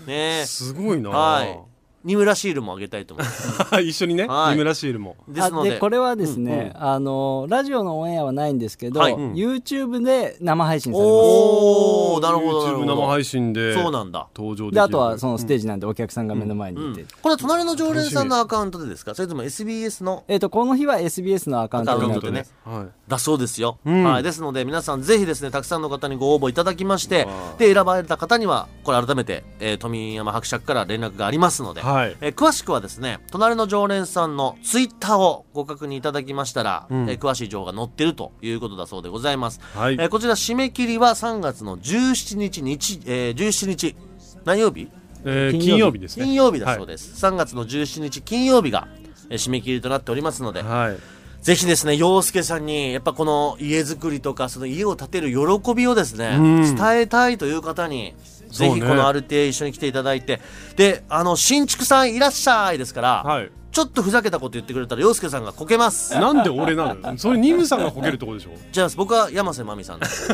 [SPEAKER 2] ね
[SPEAKER 3] すごいな。
[SPEAKER 2] はい。二村シールもあげたいと思います。
[SPEAKER 3] [laughs] 一緒にね、
[SPEAKER 2] はい
[SPEAKER 3] 三村シールも。
[SPEAKER 2] ですので。
[SPEAKER 4] これはですね、あのラジオのオンエアはないんですけど、
[SPEAKER 2] はい
[SPEAKER 4] YouTube で生配信されます
[SPEAKER 2] おおなるほどなる
[SPEAKER 3] YouTube
[SPEAKER 2] ほど
[SPEAKER 3] 生配信で
[SPEAKER 2] そうなんだ、
[SPEAKER 3] 登場できる。
[SPEAKER 4] であとはそのステージなんでお客さんが目の前
[SPEAKER 2] う
[SPEAKER 4] にい
[SPEAKER 2] ん、
[SPEAKER 4] て、
[SPEAKER 2] これは隣の常連さんのアカウントでですかそれとも SBS の
[SPEAKER 4] えっとこの日は SBS のアカウン
[SPEAKER 2] ア
[SPEAKER 4] ト
[SPEAKER 2] カウ
[SPEAKER 4] にな
[SPEAKER 2] ン
[SPEAKER 4] っ
[SPEAKER 2] ト
[SPEAKER 4] て
[SPEAKER 2] でね
[SPEAKER 3] は
[SPEAKER 2] だそうですよ、
[SPEAKER 3] ん
[SPEAKER 2] はい、ですので皆さんぜひですねたくさんの方にご応募いただきましてで選ばれた方にはこれ改めて、えー富山伯爵から連絡がありますので、
[SPEAKER 3] い。はい。
[SPEAKER 2] えー詳しくはですね隣の常連さんのツイッターをご確認いただきましたら、えー詳しい情報が載ってるということだそうでございます、
[SPEAKER 3] はい
[SPEAKER 2] えーこちら締め切りは3月の17日日、えー17日何曜日
[SPEAKER 3] えー
[SPEAKER 4] 金曜日
[SPEAKER 3] 金曜日ですね。
[SPEAKER 2] 金曜日だそうです、3月の17日金曜日がえー締め切りとなっておりますので、
[SPEAKER 3] はい。
[SPEAKER 2] ぜひですね洋介さんにやっぱこの家づくりとかその家を建てる喜びをですね、
[SPEAKER 3] う
[SPEAKER 2] 伝
[SPEAKER 3] ん
[SPEAKER 2] えたいという方にぜ
[SPEAKER 3] そう
[SPEAKER 2] ひ
[SPEAKER 3] ね
[SPEAKER 2] この RTA 一緒に来ていただいて、であの新築さんいらっしゃいですから、
[SPEAKER 3] はい。
[SPEAKER 2] ちょっとふざけたこと言ってくれたら洋介さんがこけます
[SPEAKER 3] なんで俺な
[SPEAKER 2] [laughs]
[SPEAKER 3] のそれ、ニムさんがこけるとこでしょ
[SPEAKER 2] じゃあ僕は山瀬まみさんです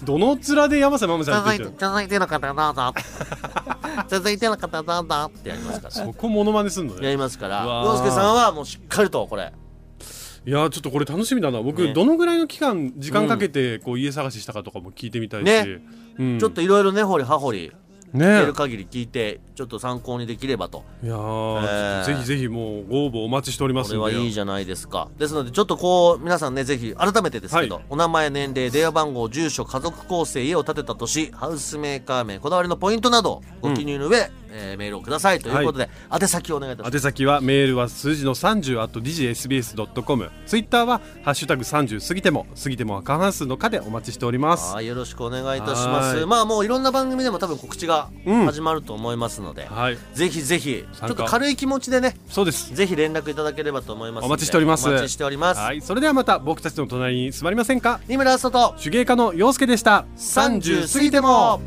[SPEAKER 3] [laughs] どの面で山瀬まむさん
[SPEAKER 2] 続
[SPEAKER 3] っ
[SPEAKER 2] い
[SPEAKER 3] て
[SPEAKER 2] て
[SPEAKER 3] 言って
[SPEAKER 2] 続いての方どうぞ [laughs] 続いての方どうぞってやりますから
[SPEAKER 3] そこモノマネすんの
[SPEAKER 2] や
[SPEAKER 3] ね。
[SPEAKER 2] りますから
[SPEAKER 3] うわー
[SPEAKER 2] 洋介さんはもうしっかりとこれ
[SPEAKER 3] いやーちょっとこれ楽しみだな。僕、
[SPEAKER 2] ね
[SPEAKER 3] どのぐらいの期間、時間かけて、こう、家探ししたかとかも聞いてみたいし
[SPEAKER 2] ね。
[SPEAKER 3] うん
[SPEAKER 2] ちょっといろいろ根掘り葉掘り
[SPEAKER 3] ね
[SPEAKER 2] 聞ける限り聞いてちょっと参考にできればと
[SPEAKER 3] いやー
[SPEAKER 2] えー
[SPEAKER 3] ぜひぜひもうご応募お待ちしておりま
[SPEAKER 2] こ
[SPEAKER 3] す
[SPEAKER 2] れ
[SPEAKER 3] んで
[SPEAKER 2] はいいじゃないですかですのでちょっとこう皆さんねぜひ改めてですけど、
[SPEAKER 3] はい
[SPEAKER 2] お名前年齢電話番号住所家族構成家を建てた年ハウスメーカー名こだわりのポイントなどご記入の上、えーメールをくださいということで、宛先をお願いいたします
[SPEAKER 3] 宛先はメールは数字の30 at digsbs.com ツイッターは「ハッシュタグ #30 過ぎても過ぎてもは過半数の課」でお待ちしております
[SPEAKER 2] はいよろしくお願いいたしま
[SPEAKER 3] は
[SPEAKER 2] す
[SPEAKER 3] い
[SPEAKER 2] まあもういろんな番組でも多分告知が
[SPEAKER 3] うん
[SPEAKER 2] 始まると思いますので、
[SPEAKER 3] はい
[SPEAKER 2] ぜひぜひちょ
[SPEAKER 3] 参
[SPEAKER 2] っと
[SPEAKER 3] 加
[SPEAKER 2] 軽い気持ちでね
[SPEAKER 3] そうです
[SPEAKER 2] ぜひ連絡いただければと思いますので
[SPEAKER 3] お待ちしております
[SPEAKER 2] お待ちしております、
[SPEAKER 3] はいそれではまた僕たちの隣に座りませんか
[SPEAKER 2] 二村あさと
[SPEAKER 3] 手芸家の陽介でした
[SPEAKER 2] 30過ぎても